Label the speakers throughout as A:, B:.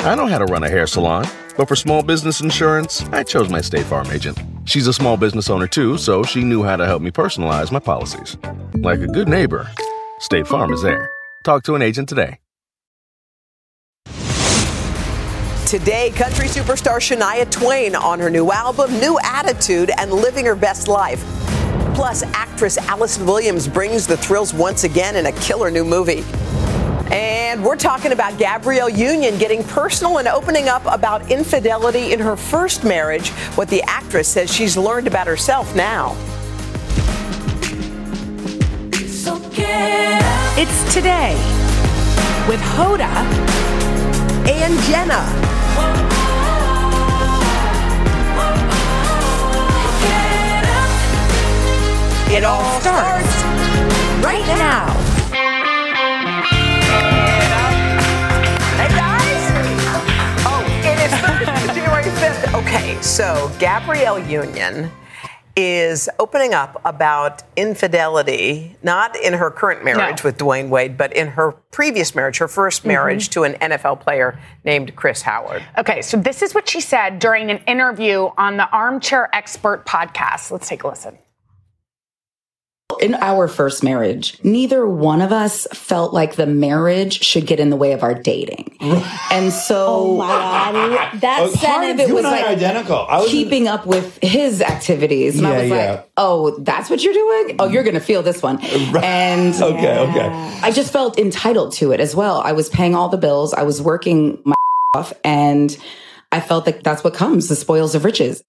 A: I know how to run a hair salon, but for small business insurance, I chose my State Farm agent. She's a small business owner too, so she knew how to help me personalize my policies. Like a good neighbor, State Farm is there. Talk to an agent today.
B: Today, country superstar Shania Twain on her new album, New Attitude, and Living Her Best Life. Plus, actress Allison Williams brings the thrills once again in a killer new movie. And we're talking about Gabrielle Union getting personal and opening up about infidelity in her first marriage, what the actress says she's learned about herself now.
C: It's today with Hoda
B: and Jenna. It all starts
C: right now.
B: Hey guys! Oh, it is Thursday, January 5th. Okay, so Gabrielle Union is opening up about infidelity, not in her current marriage
D: No.
B: with Dwayne Wade, but in her previous marriage, her first marriage to an NFL player named Chris Howard.
D: Okay, so this is what she said during an interview on the Armchair Expert podcast. Let's take a listen.
E: In our first marriage, neither one of us felt like the marriage should get in the way of our dating. And so
F: Oh my god, that
G: Okay.
F: said,
E: part of it
G: Oh, You
E: was
G: and I
E: like
G: are identical. I was in-
E: keeping up with his activities. And I
G: Yeah,
E: was
G: yeah.
E: like, oh, that's what you're doing? Oh, you're going to feel this one. And
G: Okay, okay.
E: I just felt entitled to it as well. I was paying all the bills, I was working my off, and I felt like that's what comes the spoils of riches.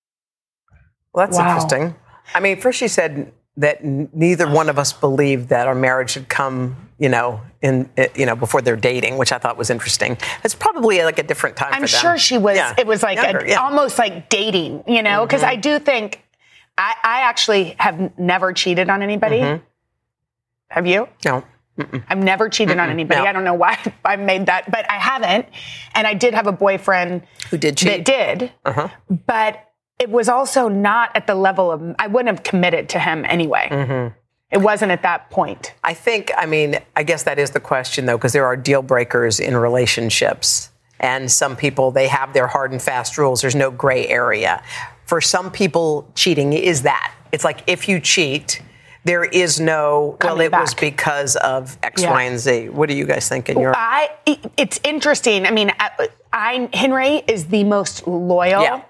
B: Well, that's
D: Wow.
B: interesting. I mean, first she said that n- neither one of us believed that our marriage should come, you know, in eh, you know before they're dating, which I thought was interesting. It's probably like a different time.
D: I'm
B: for them.
D: sure she was.
B: Yeah.
D: It was like a-
B: Younger, yeah.
D: almost like dating, you know? Because I do think I, I actually have never cheated on anybody. Have you?
B: No.
D: I've never cheated on anybody.
B: no.
D: I don't know why I made that, but I haven't. And I did have a boyfriend
B: Who did
D: that
B: cheat?
D: did, Uh-huh. but it was also not at the level of I wouldn't have committed to him anyway. It wasn't at that point.
B: I think, I mean, I guess that is the question, though, because there are deal breakers in relationships. And some people, they have their hard and fast rules. There's no gray area. For some people, cheating is that. It's like if you cheat, there is no, well,
D: Coming
B: it was
D: back.
B: because of X,
D: Yeah. Uh,
B: Y, and Z. What do you guys think in your
D: I it's interesting. I mean, I, I Henry is the most loyal.
B: Yeah.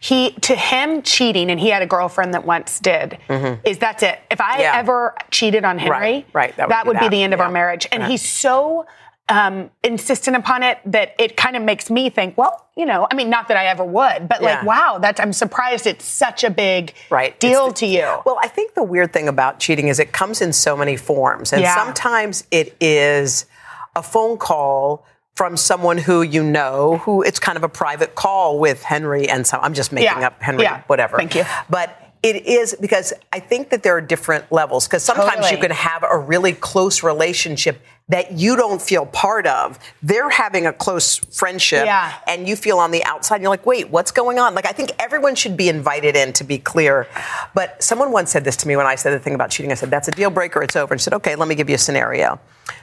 D: He to him cheating, and he had a girlfriend that once did. Is that's it? If I
B: Mm-hmm. Yeah.
D: ever cheated on Henry,
B: Right, right,
D: that would, be,
B: that,
D: the end of
B: yeah.
D: our marriage. And he's so um, insistent upon it that it kind of makes me think, well, you know, I mean, not that I ever would, but like,
B: Yeah.
D: wow, that's I'm surprised it's such a big
B: right It's
D: deal
B: the-
D: to you.
B: well i think the weird thing about cheating is it comes in so many forms and
D: Yeah.
B: sometimes it is a phone call from someone who you know who it's kind of a private call with henry and some i'm just making
D: Yeah.
B: up henry
D: Yeah.
B: whatever
D: Thank you.
B: but it is because I think that there are different levels. Because sometimes you
D: Totally.
B: can have a really close relationship that you don't feel part of. They're having a close friendship,
D: Yeah.
B: and you feel on the outside and you're like wait what's going on like i think everyone should be invited in to be clear but someone once said this to me when i said the thing about cheating i said that's a deal breaker it's over and she said okay let me give you a scenario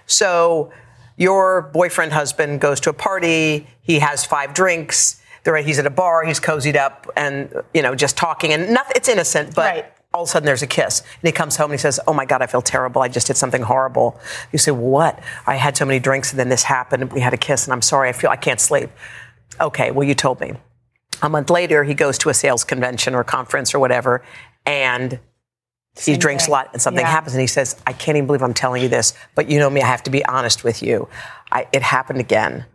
B: so your boyfriend husband goes to a party he has five drinks They're at- he's at a bar he's cozied up and you know just talking and nothing it's innocent but
D: Right.
B: all of a sudden there's a kiss and he comes home and he says oh my god i feel terrible i just did something horrible you say well, what i had so many drinks and then this happened and we had a kiss and i'm sorry i feel i can't sleep okay well you told me a month later he goes to a sales convention or conference or whatever and he drinks a lot and something
D: Yeah.
B: happens and he says i can't even believe i'm telling you this but you know me i have to be honest with you I, it happened again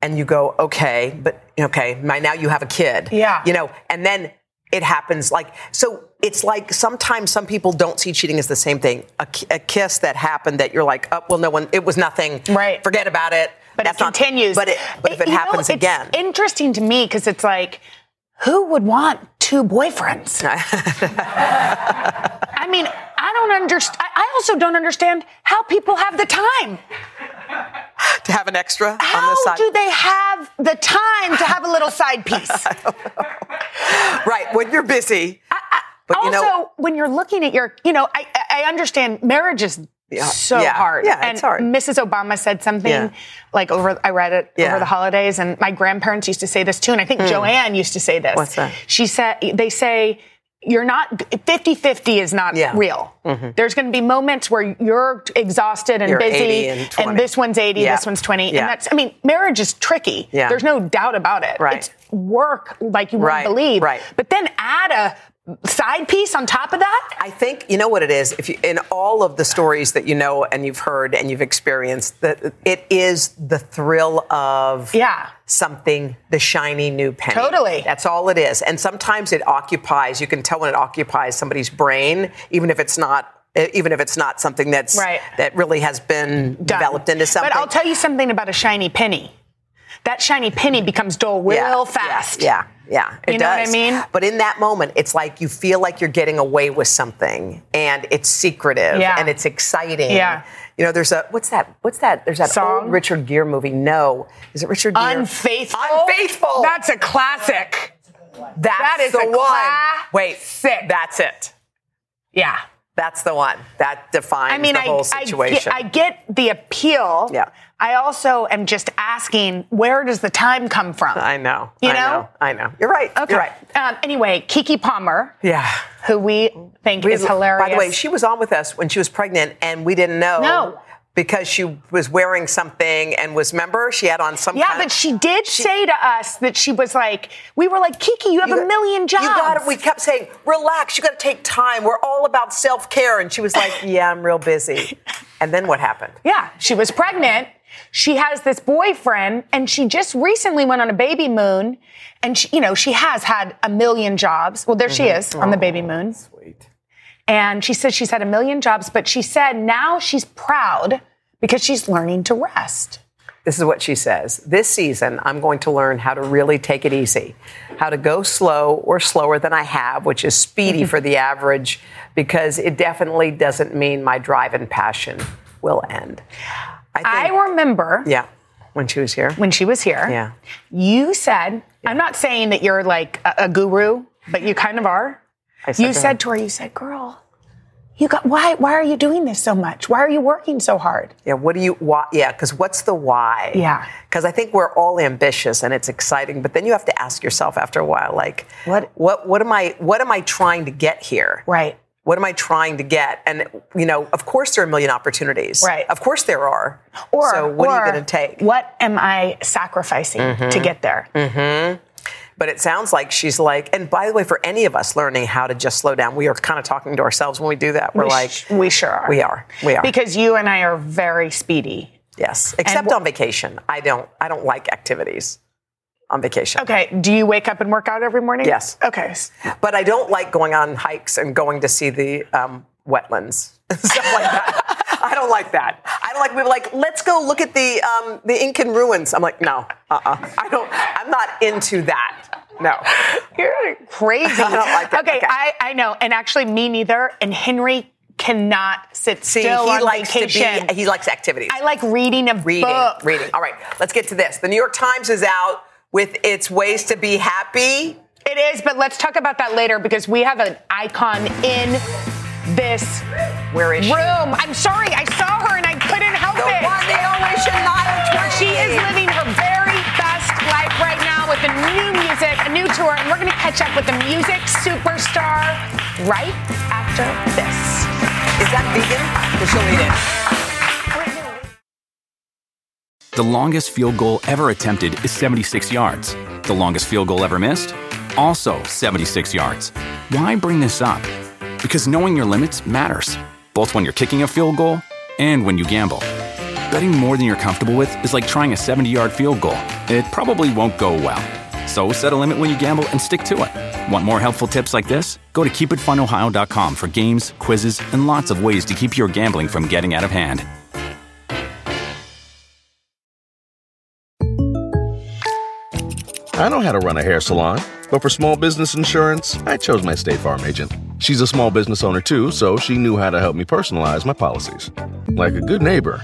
B: and you go okay but okay my, now you have a kid
D: Yeah.
B: you know and then it happens like so it's like sometimes some people don't see cheating as the same thing a, ki- a kiss that happened that you're like oh well no one it was nothing
D: Right.
B: forget about it
D: but
B: That's
D: it
B: not-
D: continues.
B: but, it, but if it
D: you know,
B: happens
D: it's
B: again
D: interesting to me because it's like, who would want two boyfriends? I mean, I don't understand. I also don't understand how people have the time.
B: to have an extra on
D: How
B: the side
D: do they have the time to have a little side piece?
B: Right, when you're busy. but
D: also,
B: you know,
D: when you're looking at your, you know, I, I I understand marriage is
B: Yeah.
D: so
B: Yeah.
D: hard.
B: Yeah,
D: and
B: it's hard.
D: Mrs. Obama said something
B: Yeah.
D: like over. I read it
B: Yeah. Hmm.
D: over the holidays, and my grandparents used to say this too, and I think Joanne used to say this.
B: What's that?
D: She said they say. You're not 50 50 is not
B: Yeah. Mm-hmm.
D: real. There's going to be moments where you're exhausted and
B: You're
D: busy,
B: 80 and 20.
D: this one's 80,
B: Yeah.
D: this one's 20.
B: Yeah.
D: And that's, I mean, marriage is tricky.
B: Yeah.
D: There's no doubt about it.
B: Right.
D: It's work like you
B: Right,
D: wouldn't believe.
B: right.
D: But then add a side piece on top of that.
B: I think you know what it is. If you, in all of the stories that you know and you've heard and you've experienced, that it is the thrill of
D: Yeah.
B: something, the shiny new penny.
D: Totally.
B: that's all it is. And sometimes it occupies. You can tell when it occupies somebody's brain, even if it's not. Even if it's not something that's
D: Right.
B: that really has been
D: done.
B: developed into something.
D: But I'll tell you something about a shiny penny. That shiny penny becomes dull real
B: Yeah, yeah,
D: fast.
B: Yeah, yeah. it
D: You know what I
B: does.
D: mean?
B: But in that moment, it's like you feel like you're getting away with something, and it's secretive,
D: Yeah.
B: and it's exciting.
D: Yeah.
B: You know, there's a what's that? What's that? There's that
D: Song?
B: old Richard Gere movie. No, is it Richard Gere?
D: Unfaithful.
B: Unfaithful.
D: That's a classic.
B: that's
D: that is
B: the
D: a
B: one.
D: classic.
B: Wait, That's it.
D: Yeah.
B: That's the one that defines
D: I mean,
B: the
D: I,
B: whole
D: I,
B: situation.
D: get, I get the appeal.
B: Yeah.
D: I also am just asking, where does the time come from?
B: I know.
D: You
B: I
D: know?
B: I know. You're right.
D: Okay.
B: You're right.
D: Um, anyway, Kiki Palmer,
B: Yeah.
D: who we think
B: We-
D: is hilarious.
B: By the way, she was on with us when she was pregnant, and we didn't know.
D: No.
B: Because she was wearing something and was, remember, she had on some.
D: yeah,
B: kind
D: but she did say to us that she was like, we were like, Kiki, you have
B: You
D: a
B: got-
D: million jobs.
B: You got it. We kept saying, relax, you got to take time. We're all about self care. And she was like, yeah, I'm real busy. And then what happened?
D: Yeah, she was pregnant. She has this boyfriend, and she just recently went on a baby moon. And she, you know, she has had a million jobs. Well, there she
B: Mm-hmm.
D: is on the baby moon. Sweet. And she says she's had a million jobs, but she said now she's proud because she's learning to rest.
B: This is what she says. This season, I'm going to learn how to really take it easy, how to go slow or slower than I have, which is speedy for the average, because it definitely doesn't mean my drive and passion will end.
D: I remember
B: Yeah, when she was here.
D: when she was here.
B: Yeah.
D: You said, I'm not saying that you're like a, a guru, but you kind of are.
B: said to
D: you
B: her-
D: said to her, you said, girl, you got why why are you doing this so much? Why are you working so hard?
B: Yeah, what do you why yeah, cuz what's the why?
D: Yeah.
B: Cuz I think we're all ambitious and it's exciting, but then you have to ask yourself after a while like
D: What-
B: what what am I what am I trying to get here?
D: Right.
B: What am I trying to get? And you know, of course there are a million opportunities.
D: Right.
B: Of course there are.
D: Or
B: so what are
D: or
B: you going to take? Mm-hmm.
D: What am I sacrificing to get there?
B: But it sounds like she's like and by the way for any of us learning how to just slow down, we are kind of talking to ourselves when we do that. We're
D: We
B: like
D: sh- we sure are.
B: we are. We are.
D: Because you and I are very speedy.
B: yes, except
D: wh-
B: on vacation. I don't I don't like activities on vacation.
D: Okay. Do you wake up and work out every morning?
B: Yes.
D: Okay. s-
B: But I don't like going on hikes and going to see the um, wetlands, stuff like that. I don't like that. I don't like people like let's go look at the um, the Incan ruins. I'm like no, uh, uh I don't. I'm not into that. No.
D: You're crazy.
B: I don't like it.
D: Okay,
B: Okay.
D: I, I know. And actually, me neither. And Henry cannot sit
B: See,
D: still
B: he
D: on
B: likes
D: vacation.
B: to be. He likes activities.
D: I like reading a
B: reading.
D: book.
B: Reading. All right, let's get to this. The New York Times is out with its ways to be happy.
D: It is, but let's talk about that later because we have an icon in this
B: Where is she?
D: room. I'm sorry, I saw her and I couldn't help
B: The
D: it.
B: one, the only Shania Twain.
D: She is living her very best life right now with a new music, a new tour, and we're going to catch up with the music superstar right after this.
B: Is that vegan? Because she'll eat it.
H: The longest field goal ever attempted is 76 yards. The longest field goal ever missed? Also 76 yards. Why bring this up? Because knowing your limits matters, both when you're kicking a field goal and when you gamble. Betting more than you're comfortable with is like trying a 70 yard field goal, it probably won't go well. So set a limit when you gamble and stick to it. Want more helpful tips like this? Go to keepitfunohio.com for games, quizzes, and lots of ways to keep your gambling from getting out of hand.
A: I know how to run a hair salon, but for small business insurance, I chose my State Farm agent. She's a small business owner too, so she knew how to help me personalize my policies. Like a good neighbor,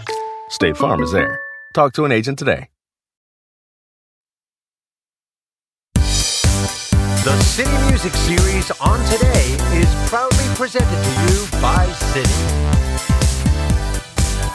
A: State Farm is there. Talk to an agent today.
I: The City Music Series on today is proudly presented to you by City.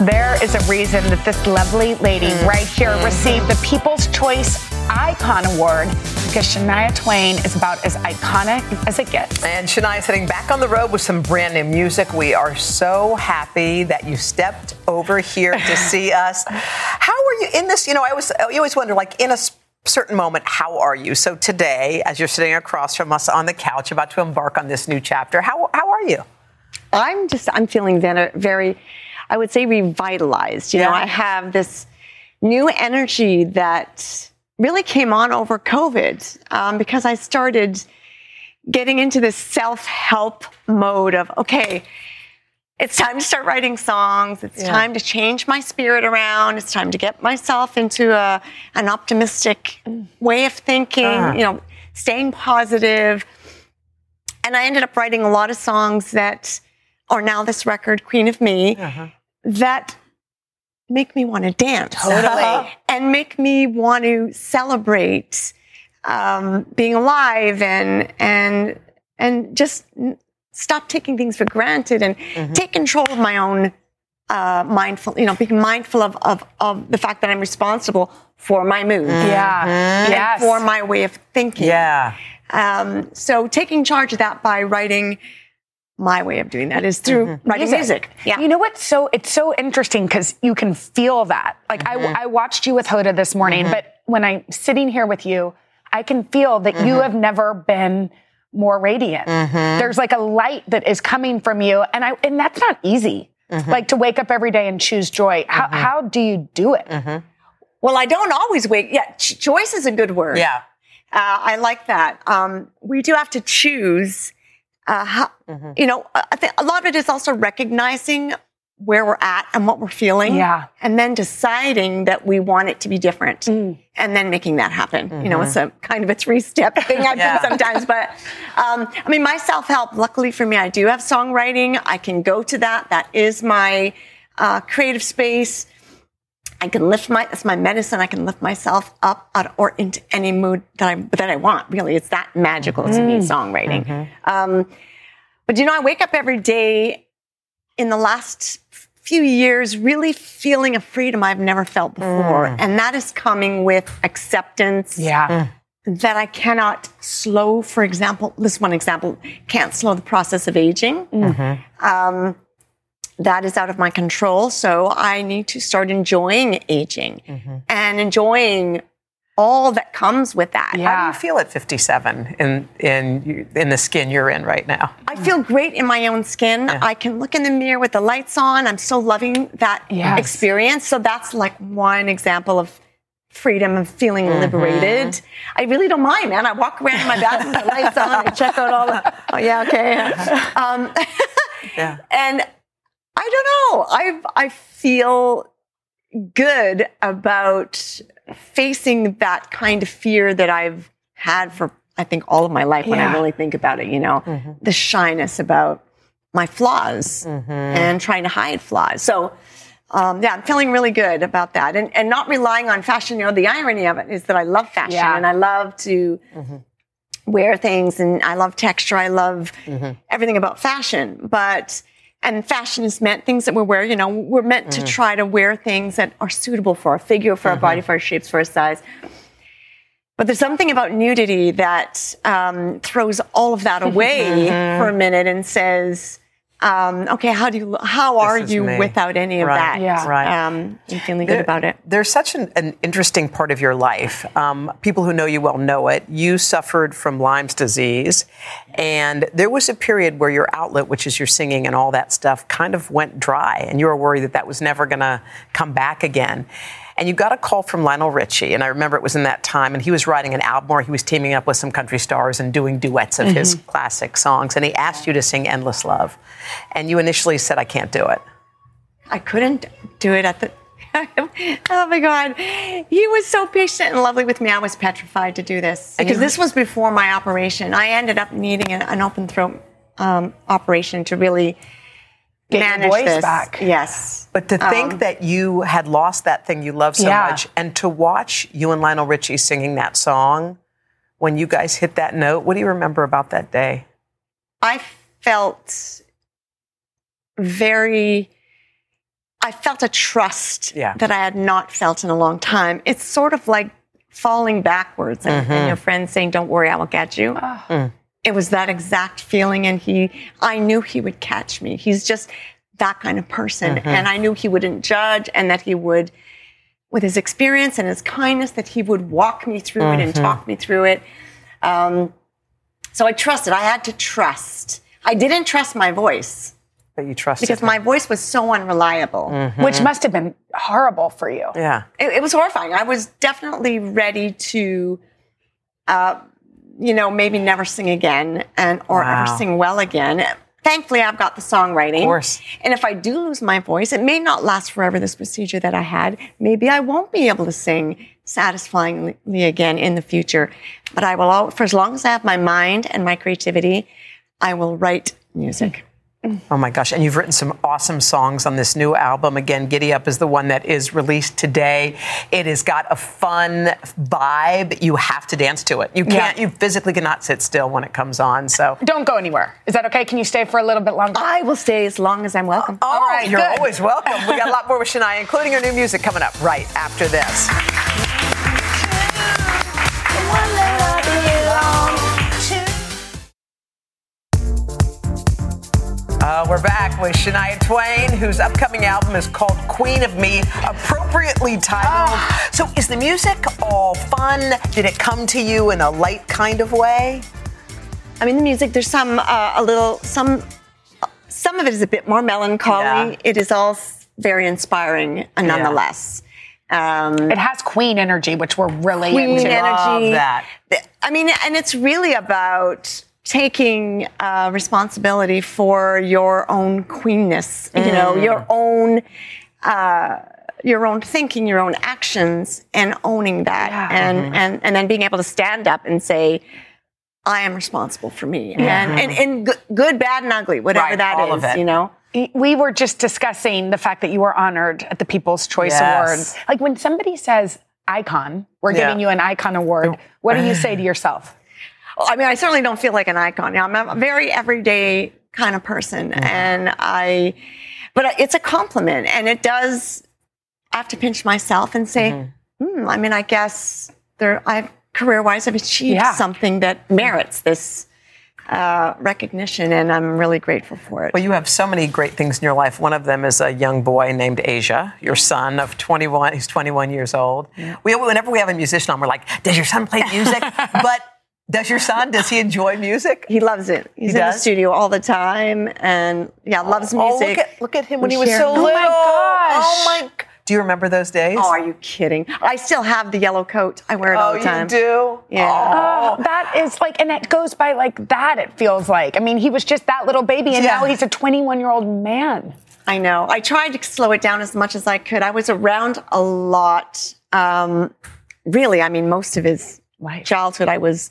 D: There is a reason that this lovely lady
B: Mm-hmm.
D: right here received the People's Choice Icon Award because Shania Twain is about as iconic as it gets.
B: And Shania's heading back on the road with some brand new music. We are so happy that you stepped over here to see us. How are you in this? You know, I always, you always wonder, like, in a s- certain moment, how are you? So today, as you're sitting across from us on the couch about to embark on this new chapter, how, how are you?
J: I'm just I'm feeling very, very I would say revitalized. You know, I have this new energy that really came on over COVID um, because I started getting into this self-help mode of okay. It's time to start writing songs. It's
K: Yeah.
J: time to change my spirit around. It's time to get myself into a, an optimistic way of thinking,
K: Ah.
J: you know, staying positive and I ended up writing a lot of songs that are now this record, Queen of Me,
D: Uh-huh.
J: that make me want to dance.
K: Totally.
J: and make me want to celebrate um, being alive and and and just n- stop taking things for granted and
D: Mm-hmm.
J: take control of my own uh, mindful, you know, being mindful of, of of the fact that I'm responsible for my mood.
D: Yeah.
J: And
D: Yes.
J: for my way of thinking.
B: Yeah.
J: Um, so taking charge of that by writing my way of doing that is through writing music.
D: Mm-hmm. Yeah. You know what's so it's so interesting because you can feel that. Like I, I watched you with Hoda this morning, but when I'm sitting here with you, I can feel that you have never been more radiant. There's like a light that is coming from you, and I and that's not easy. Like to wake up every day and choose joy. How how do you do it?
J: Well, I don't always wait. Yeah, ch- choice is a good word.
D: Yeah.
J: Uh, I like that. Um, we do have to choose. Uh, how,
D: Mm-hmm.
J: You know, I I think a lot of it is also recognizing where we're at and what we're feeling.
D: Yeah.
J: And then deciding that we want it to be different
D: Mm.
J: and then making that happen. You know, it's a kind of a three step thing I
K: Yeah.
J: do sometimes. But um, I mean, my self help, luckily for me, I do have songwriting. I can go to that. That is my uh, creative space. I can lift my it's my medicine. I can lift myself up out, or into any mood that I that I want. Really, it's that magical to me
K: Mm.
J: songwriting. Um, but you know, I wake up every day in the last few years really feeling a freedom I've never felt before,
K: Mm.
J: and that is coming with acceptance.
K: Yeah.
J: That I cannot slow, for example, this one example, can't slow the process of aging.
K: Mm-hmm.
J: Um, that is out of my control. So I need to start enjoying aging
K: Mm-hmm.
J: and enjoying all that comes with that.
B: How do you feel at 57 in, in, you- in the skin you're in right now?
J: I feel great in my own skin. I can look in the mirror with the lights on. I'm so loving that
K: Yes.
J: experience. So that's like one example of freedom and feeling
K: Mhm.
J: liberated. I really don't mind, man. I walk around in my bathroom with the lights on. I check out all the, oh yeah, okay. Um,
B: Yeah.
J: and I don't know. I I feel good about facing that kind of fear that I've had for I think all of my life when I
K: Yeah.
J: really think about it, you know, the shyness about my flaws and trying to hide flaws. So um, yeah, I'm feeling really good about that and, and not relying on fashion. You know, the irony of it is that I love fashion
K: Yeah.
J: and I love to wear things and I love texture. I love everything about fashion, but and fashion is meant things that we wear. You know, we're meant
K: Mhm.
J: to try to wear things that are suitable for our figure, for our body, for our shapes, for our size. But there's something about nudity that um, throws all of that away
B: Mm-hmm.
K: Mhm.
J: for a minute and says, um, "Okay, how do you? How are
B: is
J: you
B: me.
J: without any of
B: Right.
J: that?
B: Yeah. Right.
J: Um, I'm feeling good about it.
B: There's such an, an interesting part of your life. Um, people who know you well know it. You suffered from Lyme's disease, and there was a period where your outlet, which is your singing and all that stuff, kind of went dry, and you were worried that that was never going to come back again. And you got a call from Lionel Richie, and I remember it was in that time, and he was writing an album where he was teaming up with some country stars and doing duets of his
J: Mm-hmm.
K: Mhm.
B: classic songs, and he asked you to sing Endless Love. And you initially said, I can't do it.
J: I couldn't do it at the. oh my God. He was so patient and lovely with me. I was petrified to do this
K: And you-
J: because this was before my operation. I ended up needing an, an open throat um, operation to really
D: Get your
J: manage
D: voice
J: this.
D: back.
J: Yes.
B: But to think
J: Um,
B: that you had lost that thing you love so
J: Yeah.
B: much, and to watch you and Lionel Richie singing that song when you guys hit that note, what do you remember about that day?
J: I felt very I felt a trust
L: Yeah.
J: that I had not felt in a long time. It's sort of like falling backwards and, and
L: Mhm.
J: your friend saying, "Don't worry, I will get you." Mm. It was that exact feeling, and he, I knew he would catch me. He's just that kind of person,
M: Mhm.
J: and I knew he wouldn't judge, and that he would, with his experience and his kindness, that he would walk me through it and
M: Mhm.
J: talk me through it. Um, so I trusted. I had to trust. I didn't trust my voice
L: But you trusted
J: because
L: him.
J: my voice was so unreliable,
M: Mm.
L: Mhm. Which must
J: have been horrible for you.
L: Yeah.
J: It, it was horrifying. I was definitely ready to, uh, you know, maybe never sing again and or
M: Wow.
J: ever sing well again. Thankfully, I've got the songwriting.
M: Of course.
J: And if I do lose my voice, it may not last forever. This procedure that I had, maybe I won't be able to sing satisfyingly again in the future. But I will, al- for as long as I have my mind and my creativity, I will write music.
B: Oh my gosh. And you've written some awesome songs on this new album. Again, Giddy Up is the one that is released today. It has got a fun vibe. You have to dance to it. You
D: Yeah.
B: can't, you physically cannot sit still when it comes on. So
D: Don't go anywhere. Is that okay? Can you stay for a little bit longer? I
J: will stay as long as I'm welcome.
D: All right,
B: you're
D: good.
B: always welcome. We got a lot more with Shania, including her new music coming up right after this. Uh, we're back with Shania Twain, whose upcoming album is called Queen of Me, appropriately titled.
J: Ah.
B: So, is the music all fun? Did it come to you in a light kind of way?
J: I mean, the music. There's some uh, a little some. Some of it is a bit more melancholy. It is all s- very inspiring, uh, nonetheless. Um,
D: It has queen energy, which we're really
J: queen
D: into.
J: energy. Th- I mean, and it's really about taking uh, responsibility for your own queenness. You know,
M: Mm.
J: your own. Uh, your own thinking, your own actions, and owning that, and,
D: Mm-hmm.
M: Mhm.
J: and and then being able to stand up and say, "I am responsible for me," and and, and good, good, bad, and ugly, whatever
D: Right,
J: that is,
D: all of it.
J: you know.
D: We were just discussing the fact that you were honored at the People's Choice
J: Yes.
D: Awards. Like when somebody says icon, we're
J: Yeah.
D: giving you an icon award. What do you say to yourself?
J: Well, I mean, I certainly don't feel like an icon. I'm a very everyday kind of person,
B: Mm-hmm.
J: and I, but it's a compliment, and it does. I have to pinch myself and say,
B: Mm-hmm.
J: hmm, I mean, I guess there, I've career-wise, I've achieved
M: Yeah.
J: something that merits this uh, recognition, and I'm really grateful for it.
B: Well, you have so many great things in your life. One of them is a young boy named Asia, your son of 21. He's 21 years old. We, whenever we have a musician on, we're like, does your son play music? but does your son, does he enjoy music?
J: He loves it. He's in the
B: does?
J: studio all the time, and yeah, loves
B: Oh,
J: music.
B: look at- look at him when
J: We
B: he was
J: share-
B: so
J: Oh my
B: little.
J: gosh.
B: Oh my g- Do you remember those days?
J: Oh, are you kidding? I still have the yellow coat. I wear it all
D: Oh,
J: the
D: you
J: time.
B: do?
J: Yeah.
D: Oh, that is like, and it goes by like that, it feels like. I mean, he was just that little baby, and
J: Yeah.
D: now he's a 21 year old man.
J: I know. I tried to slow it down as much as I could. I was around a lot. Um, really, I mean, most of his childhood, I was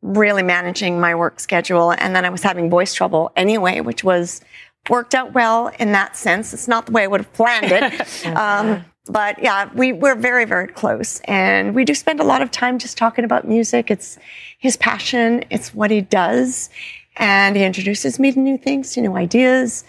J: really managing my work schedule. And then I was having voice trouble anyway, which was worked out well in that sense. It's not the way I would have planned it. um, but yeah, we, we're very, very close. And we do spend a lot of time just talking about music. It's his passion, it's what he does. And he introduces me to new things, to new ideas.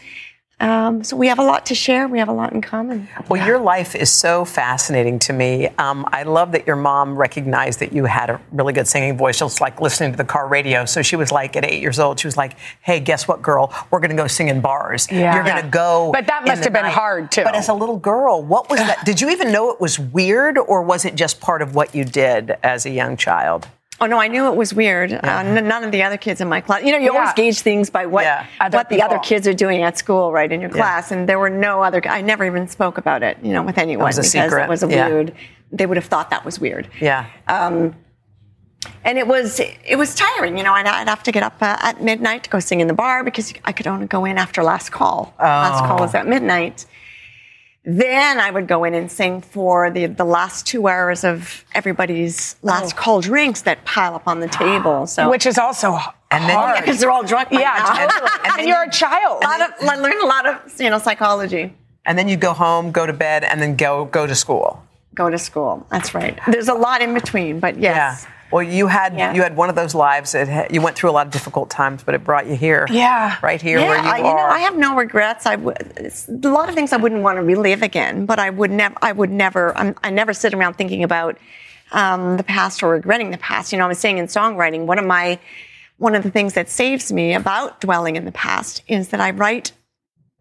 J: Um, so we have a lot to share. We have a lot in common.
B: Well, your life is so fascinating to me. Um, I love that your mom recognized that you had a really good singing voice. She was like listening to the car radio. So she was like, at eight years old, she was like, hey, guess what, girl? We're going to go sing in bars.
D: Yeah.
B: You're going
D: Yeah.
B: to go.
D: But that
B: in
D: must
B: the
D: have been
B: night."
D: hard, too.
B: But as a little girl, what was that? Did you even know it was weird or was it just part of what you did as a young child?
J: Oh no, I knew it was weird. Uh, n- none of the other kids in my class. You know, you always
B: Yeah.
J: gauge things by what
B: Other
J: what the other
B: people.
J: kids are doing at school, right, in your
B: Yeah.
J: class. And there were no other. I never even spoke about it, you know, with anyone
B: was a
J: because
B: secret.
J: it was a
B: Yeah.
J: weird. They would have thought that was weird.
B: Yeah.
J: Um, and it was it was tiring, you know. I'd, I'd have to get up uh, at midnight to go sing in the bar because I could only go in after last call. Last call
B: Oh.
J: was at midnight. Then I would go in and sing for the the last two hours of everybody's last
B: Oh.
J: call drinks that pile up on the table. So
D: Which is also h-
J: and then
D: hard.
J: because they're all drunk. by
D: Yeah,
J: now.
D: totally. And you're a child.
J: A lot of, I learned a lot of you know psychology.
B: And then you go home, go to bed, and then go go to school.
J: Go to school. That's right. There's a lot in between, but yes.
M: Well, you had you had one of those lives. That ha- you went through a lot of difficult times, but it brought you here.
J: Yeah.
M: right here where you
J: I,
M: are.
J: you know, I have no regrets. I w- it's a lot of things I wouldn't want to relive again, but I would never. I would never. I'm, I never sit around thinking about um, the past or regretting the past. You know, I was saying in songwriting, one of my one of the things that saves me about dwelling in the past is that I write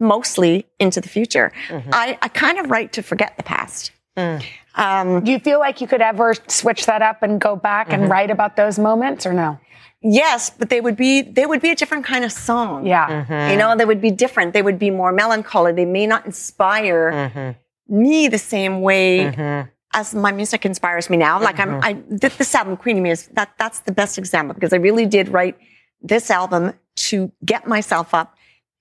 J: mostly into the future.
M: Mm-hmm.
J: I, I kind of write to forget the past.
M: Mm.
J: Um,
D: Do you feel like you could ever switch that up and go back
J: Mm-hmm.
D: and write about those moments or no?
J: Yes, but they would be they would be a different kind of song.
D: Yeah.
J: You know, they would be different. They would be more melancholy. They may not inspire
M: Mm-hmm.
J: me the same way as my music inspires me now. Like I'm I
M: Mm-hmm.
J: th- this album Queen of Me is that that's the best example because I really did write this album to get myself up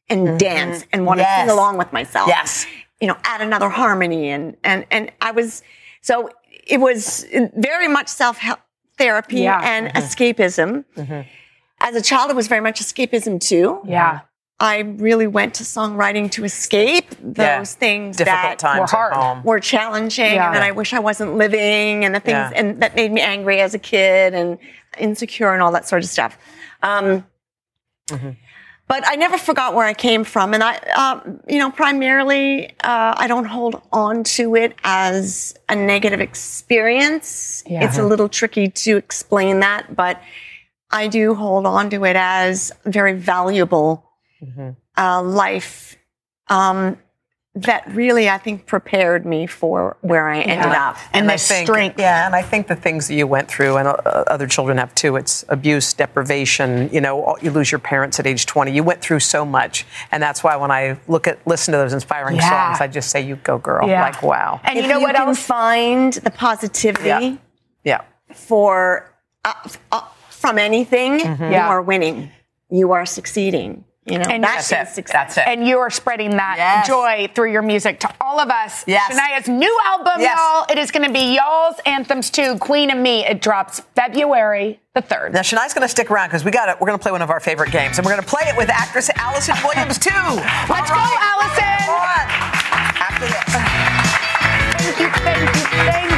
J: and dance and want to
M: Mm-hmm. Yes.
J: sing along with myself
M: Yes.
J: you know add another harmony and and and i was so it was very much self help therapy
D: Yeah.
J: and
M: Mm-hmm.
J: escapism as a child it was very much escapism too
D: Yeah.
J: i really went to songwriting to escape those
M: Yeah.
J: things
M: difficult
J: that
M: times
D: were hard.
M: at home.
J: were challenging
D: Yeah.
J: and that i wish i wasn't living and the things
M: Yeah.
J: and that made me angry as a kid and insecure and all that sort of stuff um, but I never forgot where I came from, and I, um, you know, primarily uh, I don't hold on to it as a negative experience.
D: Yeah.
J: It's a little tricky to explain that, but I do hold on to it as very valuable
D: Mm-hmm.
J: uh, life um, that really I think prepared me for where I ended up.
D: And,
M: I
D: the
M: think-
D: strength.
M: Yeah, and I think the things that you went through, and uh, other children have too. It's abuse, deprivation. You know, all- you lose your parents at age twenty. You went through so much, and that's why when I look at listen to those inspiring
D: Yeah.
M: songs, I just say, "You go, girl!"
D: Yeah.
M: Like, wow.
D: And you
J: If
D: know what
J: can
D: else?
J: Find the positivity.
M: Yeah. yeah.
J: for uh, f- uh, from anything,
N: Mm-hmm.
J: you
D: Yeah.
J: are winning. You are succeeding. You know,
D: And
J: that's
M: That's it.
J: success.
M: That's it.
D: and you are spreading that
M: Yes.
D: joy through your music to all of us.
M: Yes.
D: Shania's new album,
M: Yes.
D: y'all. It is going to be y'all's anthems too. Queen of Me. It drops February the third.
M: Now Shania's going to stick around because we got to We're going to play one of our favorite games, and we're going to play it with actress Allison Williams too.
D: Let's go, Allison.
M: Come on. After this.
D: Thank you, thank you, thank you.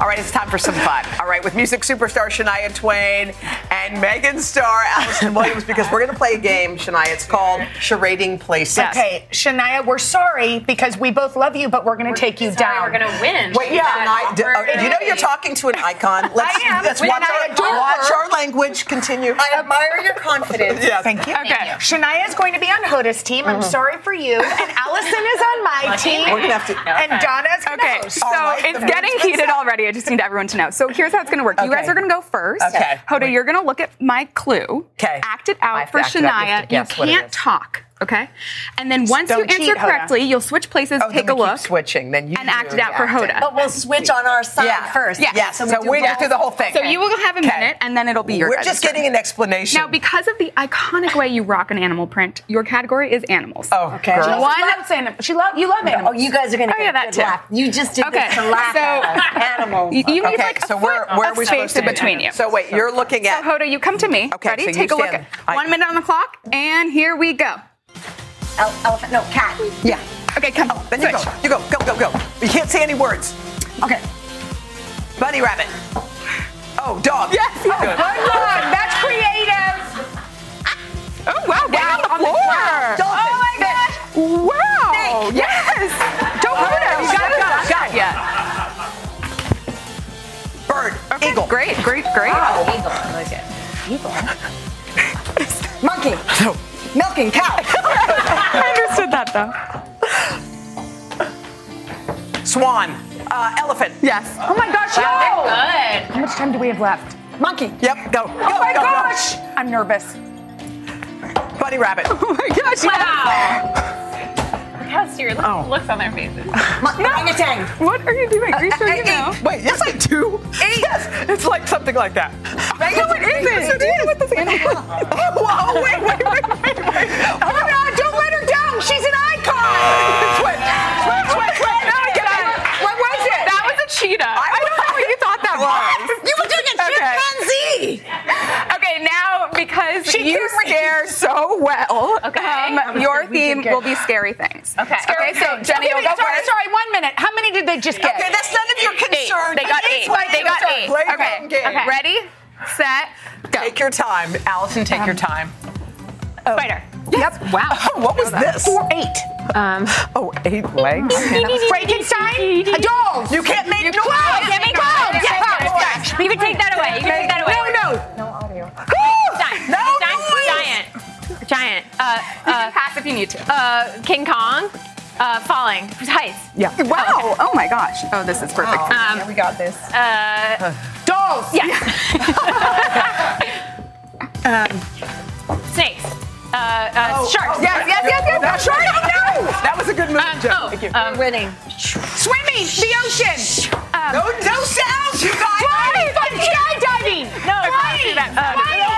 M: All right, it's time for some fun. All right, with music superstar Shania Twain and Megan Starr, Allison Williams, because we're going to play a game, Shania. It's called Charading Places.
D: Okay, Shania, we're sorry because we both love you, but we're going to take you down.
K: We're gonna win.
M: Wait, yeah, Shania, do, oh, you know you're talking to an icon. Let's,
D: I am,
M: let's
D: and
M: watch,
D: I
M: our,
D: adore her.
M: watch our language continue.
J: I admire your confidence.
M: Yeah.
D: Thank you. Okay. Shania is going to be on Hoda's team. I'm sorry for you. And Allison is on my team.
M: Mm-hmm. We're gonna have to-
D: And Donna is going to
M: Oh,
K: Okay,
D: host. Oh
K: so
M: All right,
K: it's
M: the
K: getting
M: brain's been
K: heated already. I just need everyone to know. So here's how it's going to work. You
M: Okay.
K: guys are going to go first.
M: Okay.
K: Hoda, you're going to look at my clue.
M: Okay.
K: Act it
M: I
K: out
M: have to
K: for
M: act it out. You have to guess
K: Shania. You
M: what it
K: can't
M: is.
K: talk. Okay. And then once you
D: don't
K: answer
D: cheat, Hoda.
K: correctly, you'll switch places,
M: Oh, then
K: take
M: we
K: a look,
M: Keep switching, then you
K: and
M: do
K: act it out
M: the
K: for
M: acting.
K: Hoda.
J: But we'll switch on our side
M: Yeah.
J: first.
K: Yeah.
M: Yes. So, we
K: both.
M: just do the whole thing.
K: So you will have a
M: Okay.
K: minute, and then it'll be your.
M: We're
K: guys'
M: just
K: turn.
M: getting an explanation.
K: Now, because of the iconic way you rock an animal print, your category is animals.
M: Oh, okay. girl.
K: One-
D: She loves animals. She love, you love animals.
J: Oh, you guys are going to
K: Oh,
J: get
K: yeah,
J: a
K: that
J: good
K: too.
J: laugh. You just did
K: Okay.
J: this to laugh
K: So-
J: at us. animals.
K: You, you need
M: okay,
K: like a
M: so
K: foot
M: where, where are
K: of
M: we
K: space
M: supposed to
K: in between
M: be?
K: you.
M: So wait, you're looking
K: So
M: at
K: Hoda, you come to me.
M: Okay,
K: Ready?
M: so you
K: Take a look.
M: stand.
K: at-
M: I-
K: One minute on the clock, and here we go.
J: Ele- elephant, no, cat.
K: Yeah. Okay, come.
M: Oh, Then you go.
K: Switch.
M: You go. Go. Go. Go. You can't say any words.
K: Okay.
M: Bunny rabbit. Oh, dog.
K: Yes. yes.
M: Good.
D: Good Lord, that's creative.
K: Oh wow! Down on the floor.
M: Dolphin.
K: Oh my gosh! Wow! Yes. Don't hurt him. You got it. Got it. Yeah.
M: Bird. Eagle.
K: Great. Great. Great.
J: Eagle. I like it. Eagle. Monkey. Milking cow.
K: I understood that though.
M: Swan. Uh, elephant.
K: Yes.
D: Oh my gosh,
K: Wow,
D: yo.
K: Good.
D: How much time do we have left?
J: Monkey.
M: Yep. Go.
D: Oh my gosh. I'm nervous.
M: Bunny rabbit.
K: Oh my gosh!
F: Wow. Look how serious looks on their faces.
J: Orangutan.
K: What are you doing? Are you
D: Uh,
K: sure you know?
M: Wait. Yes, I do. Eight. Yes. It's like something like that.
K: No, it isn't.
M: Yes, it is.
K: What the-
M: Whoa. Wait. Wait. Wait. Wait. Wait. Oh no! Don't let her down. She's an icon. Switch. Switch. Switch. Switch. No, get out. What was it?
K: That was a cheetah. I, don't know what you thought that was.
J: You were doing a
K: Okay.
J: chimpanzee.
K: Okay, now because
M: She
K: you
M: can read.
K: scare so well,
F: Okay.
M: Um,
K: your
D: we did
K: theme
D: good.
K: will be scary things.
F: Okay.
K: Okay, so Jenny,
D: Okay,
K: you'll
D: wait,
K: go
D: sorry,
K: first.
D: sorry, one minute. How many did they just get?
M: Okay, that's none of your
F: eight. They got eight. They got eight. Okay. Okay. Ready, set, go.
M: Take your time, Allison. Take
D: Um,
M: your time.
F: Spider.
M: Yep. Wow.
B: Oh.
M: what was this?
D: Four eight.
M: Um. Oh, eight legs.
D: Frankenstein. A doll.
M: You can't make noise.
F: Oh, yeah, make
D: Clowns.
F: noise. Yeah, clowns. Gosh. You can take that away. You can take that away.
D: No, no.
F: Giant. No Giant. Giant. Giant. Uh, you can pass if you need to. Uh, King Kong. Uh, falling. Heights.
K: Yeah. Wow. Oh my gosh. Oh, this is perfect. for me.
F: Um, we got this. Uh,
D: Dolls.
F: Yeah. um, snakes. Uh, uh,
B: Oh.
M: Oh,
F: sharks.
K: Yes, yes, yes, yes.
M: That-
K: Shark, no!
M: That was a good move,
F: Um,
M: Joe.
F: oh,
M: Thank you.
F: um, winning.
D: Uh, Swimming. The ocean.
F: Um,
M: no, no sounds, you guys.
D: Diving. Sky diving.
F: No, I can't do
D: Flying.
F: that. Uh,
D: Flying.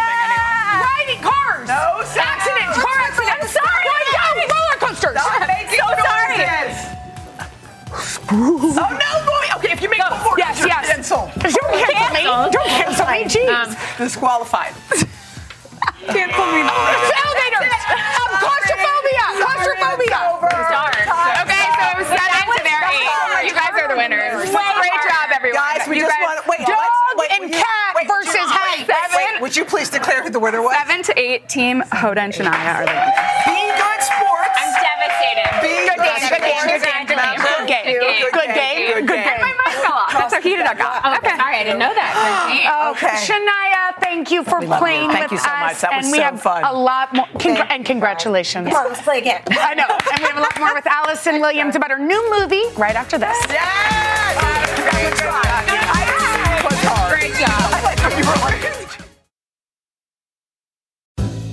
D: Riding cars.
M: No sounds.
D: Accidents. Car accidents.
M: I'm sorry.
D: Going down. Roller coasters.
M: Stop making
D: So sorry.
M: noises. oh no, boy. Okay, if you make
F: Oh,
M: one more,
D: Yes,
M: you're
D: yes.
M: canceled.
D: Don't cancel me. Don't cancel me. Jeez.
M: Disqualified.
K: Cancel me.
D: Elevators. Um, claustrophobia. Claustrophobia.
F: Okay, so it was seven to their eight. You guys are the winners. Great job, everyone.
M: Guys, we
F: You
M: just
F: guys-
M: want to wait.
D: Dog
M: let's- wait,
D: and
M: will you-
D: cat
M: wait, would you-
D: versus
M: wait,
D: hate.
M: wait,
K: Seven.
M: Would you please declare who the winner was?
K: Seven to eight, team Hoda and Shania are the winners.
M: Be good sports.
F: I'm devastated.
M: Be
D: Good game. Good game. Good game. Good game. Good game.
F: Good game.
D: Good game. Good game.
F: My mic fell off.
K: That's how heated I got.
F: Oh, okay. Sorry, I didn't know that. Good game.
D: Oh,
M: Okay.
D: Shania, thank you for
M: love you.
D: playing
M: Thank
D: with
M: you so
D: us,
M: much. That was
D: and we
M: so
D: have
M: fun.
D: a lot more. Congr- and congratulations.
C: Let's play again.
D: I know, and we have a lot more with Allison Williams about her new movie right after this.
M: Yes! Great job. I- it was hard.
F: Great job.
M: I like- you were like-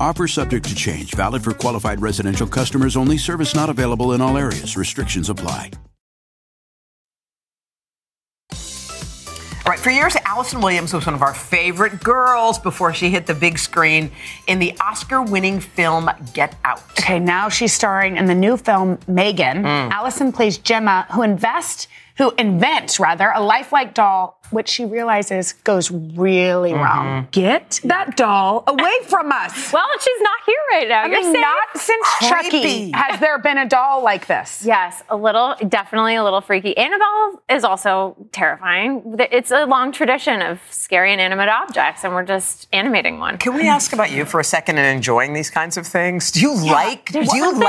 O: Offer subject to change, valid for qualified residential customers only, service not available in all areas. Restrictions apply.
M: All right, for years, Allison Williams was one of our favorite girls before she hit the big screen in the Oscar winning film Get Out.
D: Okay, now she's starring in the new film Megan. Allison plays Gemma, who invests, who invents rather, a lifelike doll, which she realizes goes really wrong. Get that doll away from us.
F: Well, she's not here right now.
D: I
F: You're
D: mean,
F: safe.
D: not since
M: Creepy.
D: Chucky has there been a doll like this.
F: Yes, a little, definitely a little freaky. Annabelle is also terrifying. It's a long tradition of scary inanimate objects, and we're just animating one.
M: Can we ask about you for a second and enjoying these kinds of things? Do you like?
F: There's
M: do you
F: something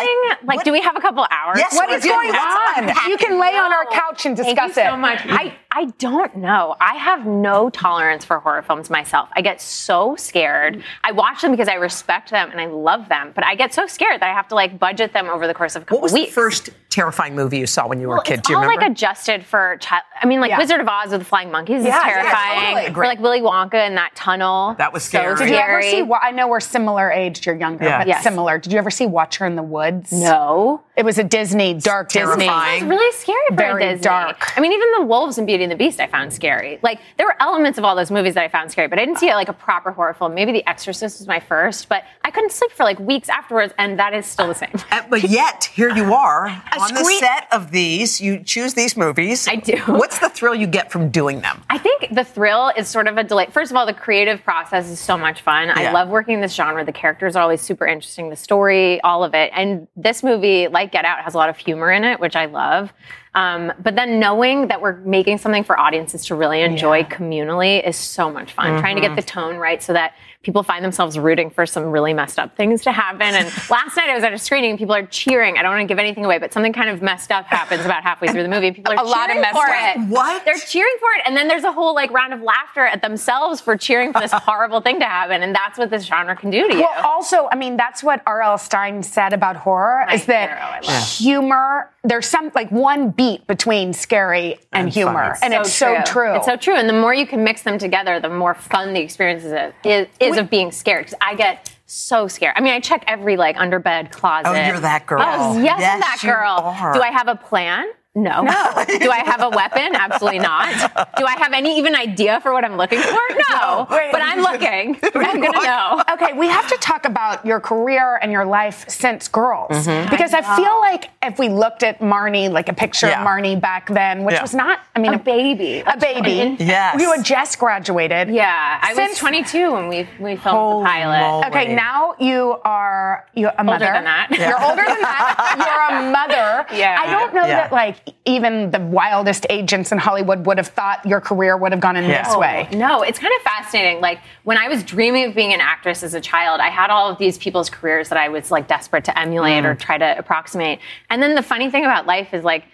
F: like,
M: what-
F: do we have a couple hours?
M: Yes,
D: What
M: we
D: is
M: do.
D: going
M: Let's
D: on?
M: unpack
D: You
M: it.
D: can lay on our couch and discuss
F: Thank you so
D: it.
F: much. I, I don't know. I have no tolerance for horror films myself. I get so scared. I watch them because I respect them and I love them, but I get so scared that I have to like budget them over the course of a couple
M: What was
F: weeks.
M: the first terrifying movie you saw when you were
F: Well,
M: a kid?
F: It's
M: Do you
F: all
M: remember?
F: like adjusted for child. I mean, like
D: Yeah.
F: Wizard of Oz with the flying monkeys
D: Yeah,
F: is
D: yeah,
F: terrifying.
D: totally.
F: Or like Willy Wonka in that tunnel.
M: That was
F: So
M: scary.
D: Did you ever
F: scary.
D: see? Wa- I know we're similar aged. You're younger,
M: Yeah.
D: but
F: Yes.
D: similar. Did you ever see Watcher in the Woods?
F: No.
D: It was a Disney dark Disney.
M: terrifying.
F: It's really scary for
D: Very
F: a Disney.
D: dark.
F: I mean, even the wolves in Beauty and the Beast, I found scary. Like there were elements of all those movies that I found scary, but I didn't see it like a proper horror film. Maybe The Exorcist was my first, but I couldn't sleep for like weeks afterwards, and that is still the same.
M: Uh, but yet, here you are on the
F: screen-
M: set of these. You choose these movies.
F: I do.
M: What's the thrill you get from doing them?
F: I think the thrill is sort of a delight. First of all, the creative process is so much fun.
M: Yeah.
F: I love working in this genre. The characters are always super interesting, the story, all of it. And this movie, like Get Out, has a lot of humor in it, which I love. Um, but then knowing that we're making something for audiences to really enjoy communally is so much fun. Trying to
D: Mm-hmm.
F: get the tone right so that people find themselves rooting for some really messed up things to happen. And last night I was at a screening and people are cheering. I don't want to give anything away, but something kind of messed up happens about halfway through the movie. and People
K: A
F: are
K: lot of
F: cheering
K: messed
F: for
K: up.
F: it.
M: What?
F: They're cheering for it, and then there's a whole like round of laughter at themselves for cheering for this horrible thing to happen, and that's what this genre can do to you.
D: Well, also, I mean, that's what R.L. Stein said about horror
F: My
D: is that
F: hero, I love.
D: humor, there's some, like, one B beat between scary and, humor, and it's so true.
F: It's so true. And the more you can mix them together, the more fun the experience is, is, is of being scared. Because I get so scared. I mean, I check every like under bed closet.
M: Oh, you're that girl.
F: Oh, yes,
M: Yes,
F: I'm that
M: you
F: girl.
M: are.
F: Do I have a plan? No. No. Do I have a weapon? Absolutely not. Do I have any even idea for what I'm looking for? No. but I'm looking. I'm gonna know.
D: Okay, we have to talk about your career and your life since girls.
M: Mm-hmm.
F: Mhm.
D: Because I,
F: I
D: feel like if we looked at Marnie, like a picture
M: Yeah.
D: of Marnie back then, which
M: Yeah.
D: was not, I mean,
F: A baby.
D: A baby.
F: An infant.
D: You had just graduated.
F: Yeah, I was
D: Since-
F: 22 when we we filmed the pilot.
D: Okay, now you are you're a
F: Older
D: mother.
F: than that.
D: You're older than that. You're a mother.
F: Yeah.
D: I don't know
F: Yeah.
D: that like even the wildest agents in Hollywood would have thought your career would have gone in this
F: No,
D: way.
F: Oh, No, it's kind of fascinating. Like when I was dreaming of being an actress as a child, I had all of these people's careers that I was like desperate to emulate
N: Mm.
F: or try to approximate. And then the funny thing about life is like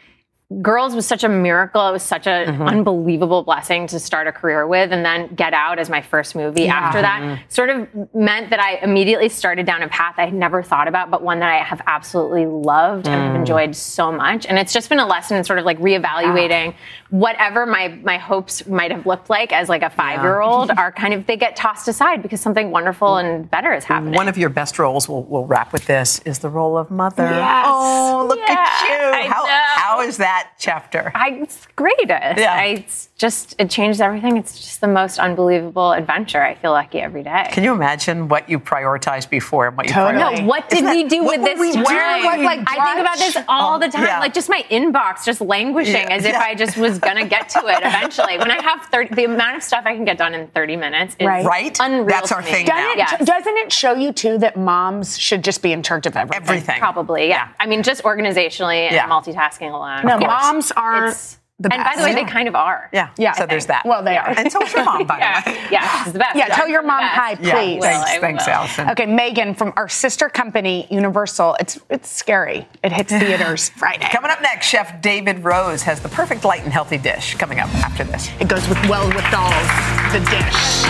F: Girls was such a miracle. It was such an
M: Uh-huh.
N: Mhm.
F: unbelievable blessing to start a career with. And then Get Out as my first movie
N: Yeah.
F: after
N: Mhm.
F: that sort of meant that I immediately started down a path I had never thought about, but one that I have absolutely loved and have
N: Mm.
F: enjoyed so much. And it's just been a lesson in sort of like reevaluating whatever my, my hopes might have looked like as like a five year old are kind of, they get tossed aside because something wonderful and better is happening.
M: One of your best roles, we'll, we'll wrap with this, is the role of mother.
F: Yes.
M: Oh, look at you.
F: I
M: how,
F: know.
M: how is that chapter?
F: I, it's great.
M: Yeah.
F: I, it's just, it changed everything. It's just the most unbelievable adventure. I feel lucky every day.
M: Can you imagine what you prioritized before and what you prioritized?
F: No, what did we do with this
M: we
F: time?
M: doing? What, like,
F: I think about this all the time.
M: yeah.
F: Like just my inbox just languishing
M: Yeah,
F: as if
M: yeah.
F: I just was gonna get to it eventually. when I have 30, the amount of stuff I can get done in 30 minutes is
D: Right. Right?
F: unreal.
D: That's
F: to
D: our
F: me.
D: thing Doesn't now. it-
F: Yes.
D: Doesn't it show you too that moms should just be in charge of everything?
F: Probably, yeah. I mean, just organizationally and
D: Yeah.
F: multitasking alone.
D: No,
F: Of course.
D: moms aren't the
F: And by the
D: best.
F: way,
D: Yeah.
F: they kind of are.
M: Yeah.
D: Yeah.
M: So there's that.
D: Well, they are.
M: And so is your mom, by
D: yeah.
M: the way.
F: Yeah, she's the best.
D: Yeah, tell your mom hi,
M: Yeah,
D: please.
M: thanks, I thanks, will. Allison.
D: Okay, Megan from our sister company, Universal. It's it's scary. It hits theaters Friday.
M: Coming up next, Chef David Rose has the perfect light and healthy dish coming up after this.
D: It goes with well with dolls, the dish.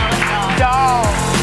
D: Dolls.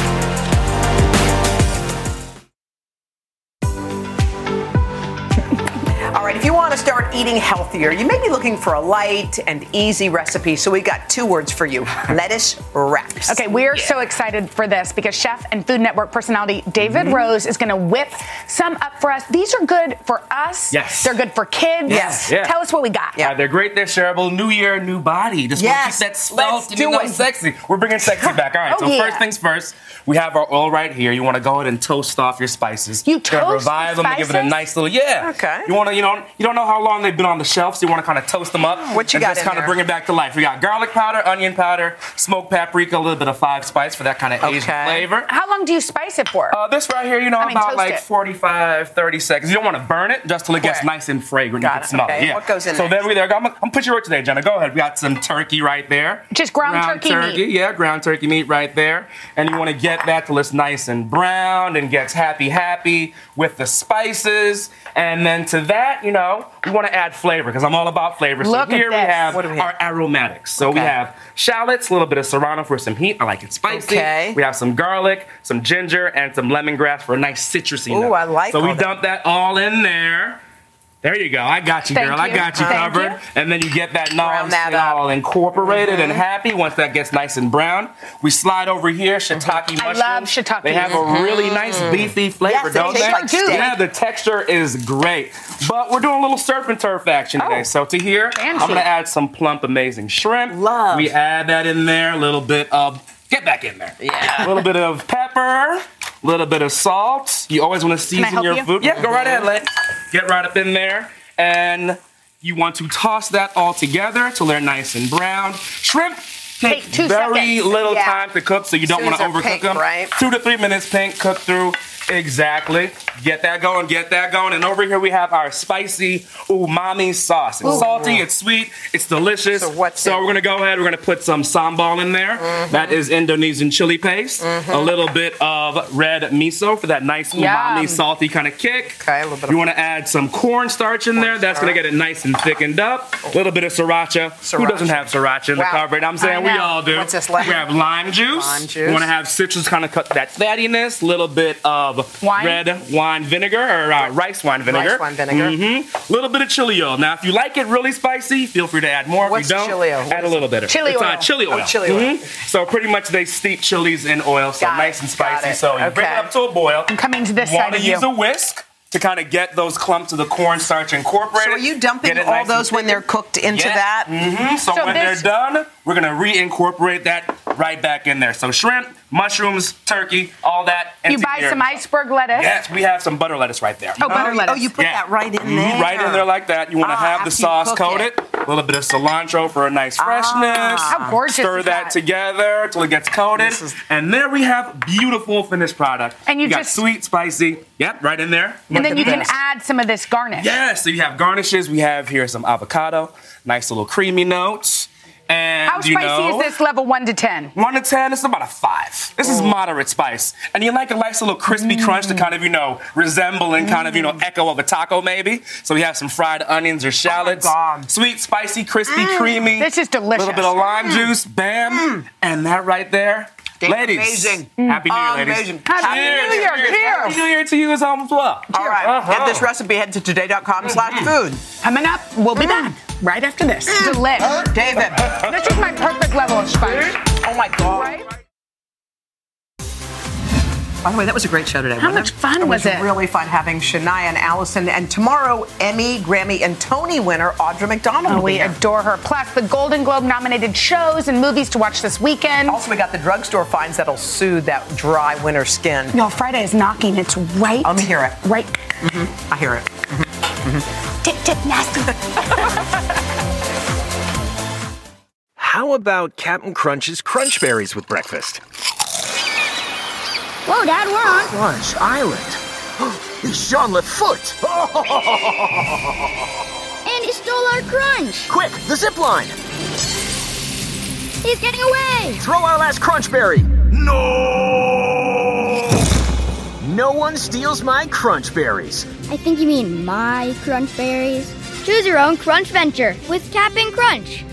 M: All right, if you want to start eating healthier, you may be looking for a light and easy recipe. So we got two words for you lettuce wraps.
D: Okay, we are so excited for this because chef and Food Network personality David
N: Mm-hmm.
D: Rose is going to whip some up for us. These are good for us.
N: Yes.
D: They're good for kids.
N: Yes. Yeah.
D: Tell us what we got.
N: Yeah, Uh, they're great. They're shareable. New year, new body. Just wanna
D: Yes,
N: keep that svelte and you
D: do
N: know
D: it.
N: sexy. We're bringing sexy back. All right.
D: Oh,
N: so
D: yeah.
N: first things first, we have our oil right here. You want to go ahead and toast off your spices. You
D: toast the
N: revive them and give it a
D: spices?
N: nice little yeah.
D: Okay.
N: You want to you know you don't know how long they've been on the shelf, so you want to kind of toast them up.
M: What you
N: and
M: got
N: Just
M: in
N: kind
M: there?
N: of bring it back to life. We got garlic powder, onion powder, smoked paprika, a little bit of five spice for that kind of Asian flavor.
D: How long do you spice it for? Uh,
N: this right here, you know,
D: I mean,
N: about
D: toast
N: like
D: it.
N: 45, 30 seconds. You don't want to burn it just till it gets
M: Correct.
N: nice and fragrant.
M: Got
N: you
M: it.
N: can smell
M: Okay.
N: it. Yeah.
M: What goes in
N: So
M: next?
N: there we there. I'm, I'm gonna put you right today, Jenna. Go ahead. We got some turkey right there.
D: Just ground turkey meat.
N: Yeah, ground turkey meat right there. And you want to get that till it's nice and brown and gets happy, happy with the spices. And then to that, you know, we want to add flavor because I'm all about flavor.
D: Look
N: so
D: at
N: here
D: this.
N: we have
D: What do we have?
N: our aromatics. So we
D: Okay.
N: have shallots, a little bit of serrano for some heat. I like it spicy.
M: Okay.
N: We have some garlic, some ginger, and some lemongrass for a nice citrusy
M: Ooh,
N: note.
M: I like
N: So
M: all
N: we
M: that.
N: dump that all in there. There you go. I got you,
M: Thank
N: girl. I
M: you.
N: got you
M: Thank
N: covered.
M: you.
N: And then you get that non
M: Round that up.
N: all incorporated and
M: Mhm.
N: happy. Once that gets nice and brown, we slide over here shiitake
D: I
N: mushrooms.
D: love shiitake.
N: They have a really nice
D: Mhm.
N: beefy flavor,
D: Yes, it
N: don't
D: tastes
N: they?
D: like steak.
N: yeah, the texture is great. But we're doing a little surf and turf action
M: Oh.
N: today. So to here,
D: Fancy.
N: I'm gonna add some plump, amazing shrimp. Love. We add that in there. A little bit of get back in there. Yeah. A little bit of pepper. A little bit of salt. You always want to
M: Can I
N: season
M: help
N: your
M: you?
N: food. Yeah, go right
M: Mhm.
N: ahead. Let get right up in there and you want to toss that all together till they're nice and brown. Shrimp take,
M: Take two
N: very
M: seconds.
N: little
M: Yeah.
N: time to cook, so you don't
M: Soon
N: want
M: as
N: to
M: they're
N: overcook
M: pink,
N: them.
M: right?
N: Two to three minutes pink, cook through. Exactly. Get that going, get that going. And over here we have our spicy umami sauce. It's
M: Ooh.
N: salty, it's sweet, it's delicious. So, we're gonna go ahead, we're gonna put some sambal in there. That is Indonesian chili paste. A little bit of red miso for that nice umami
M: Mm-hmm. Yum.
N: salty kind of kick.
M: Okay, a little bit
N: You
M: of
N: want to add some cornstarch in there. That's going to get it nice and thickened up. A little bit of sriracha. Who
M: Sriracha.
N: doesn't have sriracha in the
M: Wow.
N: cupboard? I'm saying we
M: I know.
N: all do.
M: What's this, lemon?
N: We have lime juice.
M: Lime juice.
N: We want to have citrus kind of cut that fattiness. A little bit of of
D: Wine?
N: red wine vinegar or uh, rice wine vinegar.
M: Rice wine vinegar.
N: Mm-hmm. A little bit of chili oil. Now, if you like it really spicy, feel free to add more.
M: What's
N: if you don't,
M: chili oil? What
N: add a
M: is
N: little
M: it?
N: bit. of it.
M: Chili
N: it's, Uh,
M: oil.
N: chili
M: Oh,
N: oil.
M: chili oil.
N: Mhm. So pretty much they steep chilies in oil, so nice and spicy.
D: it.
N: So you bring it
D: Okay.
N: up to a boil. I'm
D: coming to this
N: want
D: side of
N: to use
D: you.
N: a whisk to kind of get those clumps of the cornstarch incorporated.
M: So are you dumping
N: Get it
M: all
N: nice and
M: those when they're cooked into that?
N: hmm So,
M: So
N: when
M: this-
N: they're done, we're gonna reincorporate that right back in there. So shrimp, mushrooms, turkey, all that.
D: You
N: into
D: buy
N: here.
D: some iceberg lettuce.
N: Yes, we have some butter lettuce right there.
D: Oh, butter lettuce.
N: Yeah.
M: right in
N: Mhm, Right in there like that. You want to have the
D: Ah, after you
N: sauce
D: cook Ah.
N: coated. A little bit of cilantro for a nice freshness.
D: How gorgeous
N: Stir
D: is
N: that,
D: that?
N: together till it gets coated, and there we have beautiful finished product.
D: And you
N: got
D: just-
N: sweet, spicy. Yep, right in there.
D: And then you can
N: Yes.
D: add some of this garnish.
N: Yes, so you have garnishes. We have here some avocado, nice little creamy notes. And
D: How
N: you
D: spicy
N: know,
D: is this Oh. level one to ten?
N: One to ten, it's about a five. This is moderate spice. And you like a nice little crispy crunch
D: Mm.
N: to kind of, you know, resemble and kind of, you know, echo of a taco maybe. So we have some fried onions
D: Oh
N: or shallots. Sweet, spicy, crispy, creamy.
D: Mm. This is delicious. Mm.
N: little bit of lime juice, bam, and that right there.
D: Tastes
N: ladies,
D: amazing.
N: Happy New Year,
M: Amazing.
N: ladies.
M: Happy
N: Cheers,
M: New Year, cheers.
N: Happy New Year to you as home as well.
M: All right.
N: uh-huh.
M: Get this recipe. Head to today.com slash
N: Mm-hmm.
M: food.
D: Coming up, we'll be back right after this. Delish.
M: David.
D: Mm. This is my perfect level of spice.
M: Oh my god. By the way, that was a great show today.
D: How
M: wasn't
D: much fun was it?
M: Really fun having Shania and Allison, and tomorrow Emmy, Grammy, and Tony winner Audra McDonald.
D: Oh,
M: will be
D: we
M: here.
D: adore her. Plus, the Golden Globe nominated shows and movies to watch this weekend.
M: Also, we got the drugstore finds that'll soothe that dry winter skin.
D: No, Friday is knocking. It's right.
M: Let me hear it.
D: Right.
M: I hear it. Mhm. Mhm.
D: Tip, tip, nasty.
I: How about Captain Crunch's Crunch Berries with breakfast?
P: Whoa, Dad, we're on.
I: Crunch Island. It's Jean Lafoot.
P: And he stole our crunch.
I: Quick, the zip line.
P: He's getting away.
I: Throw our last Crunch Berry. No! No one steals my Crunch Berries.
P: I think you mean my crunch berries. Choose your own crunch venture with Captain Crunch.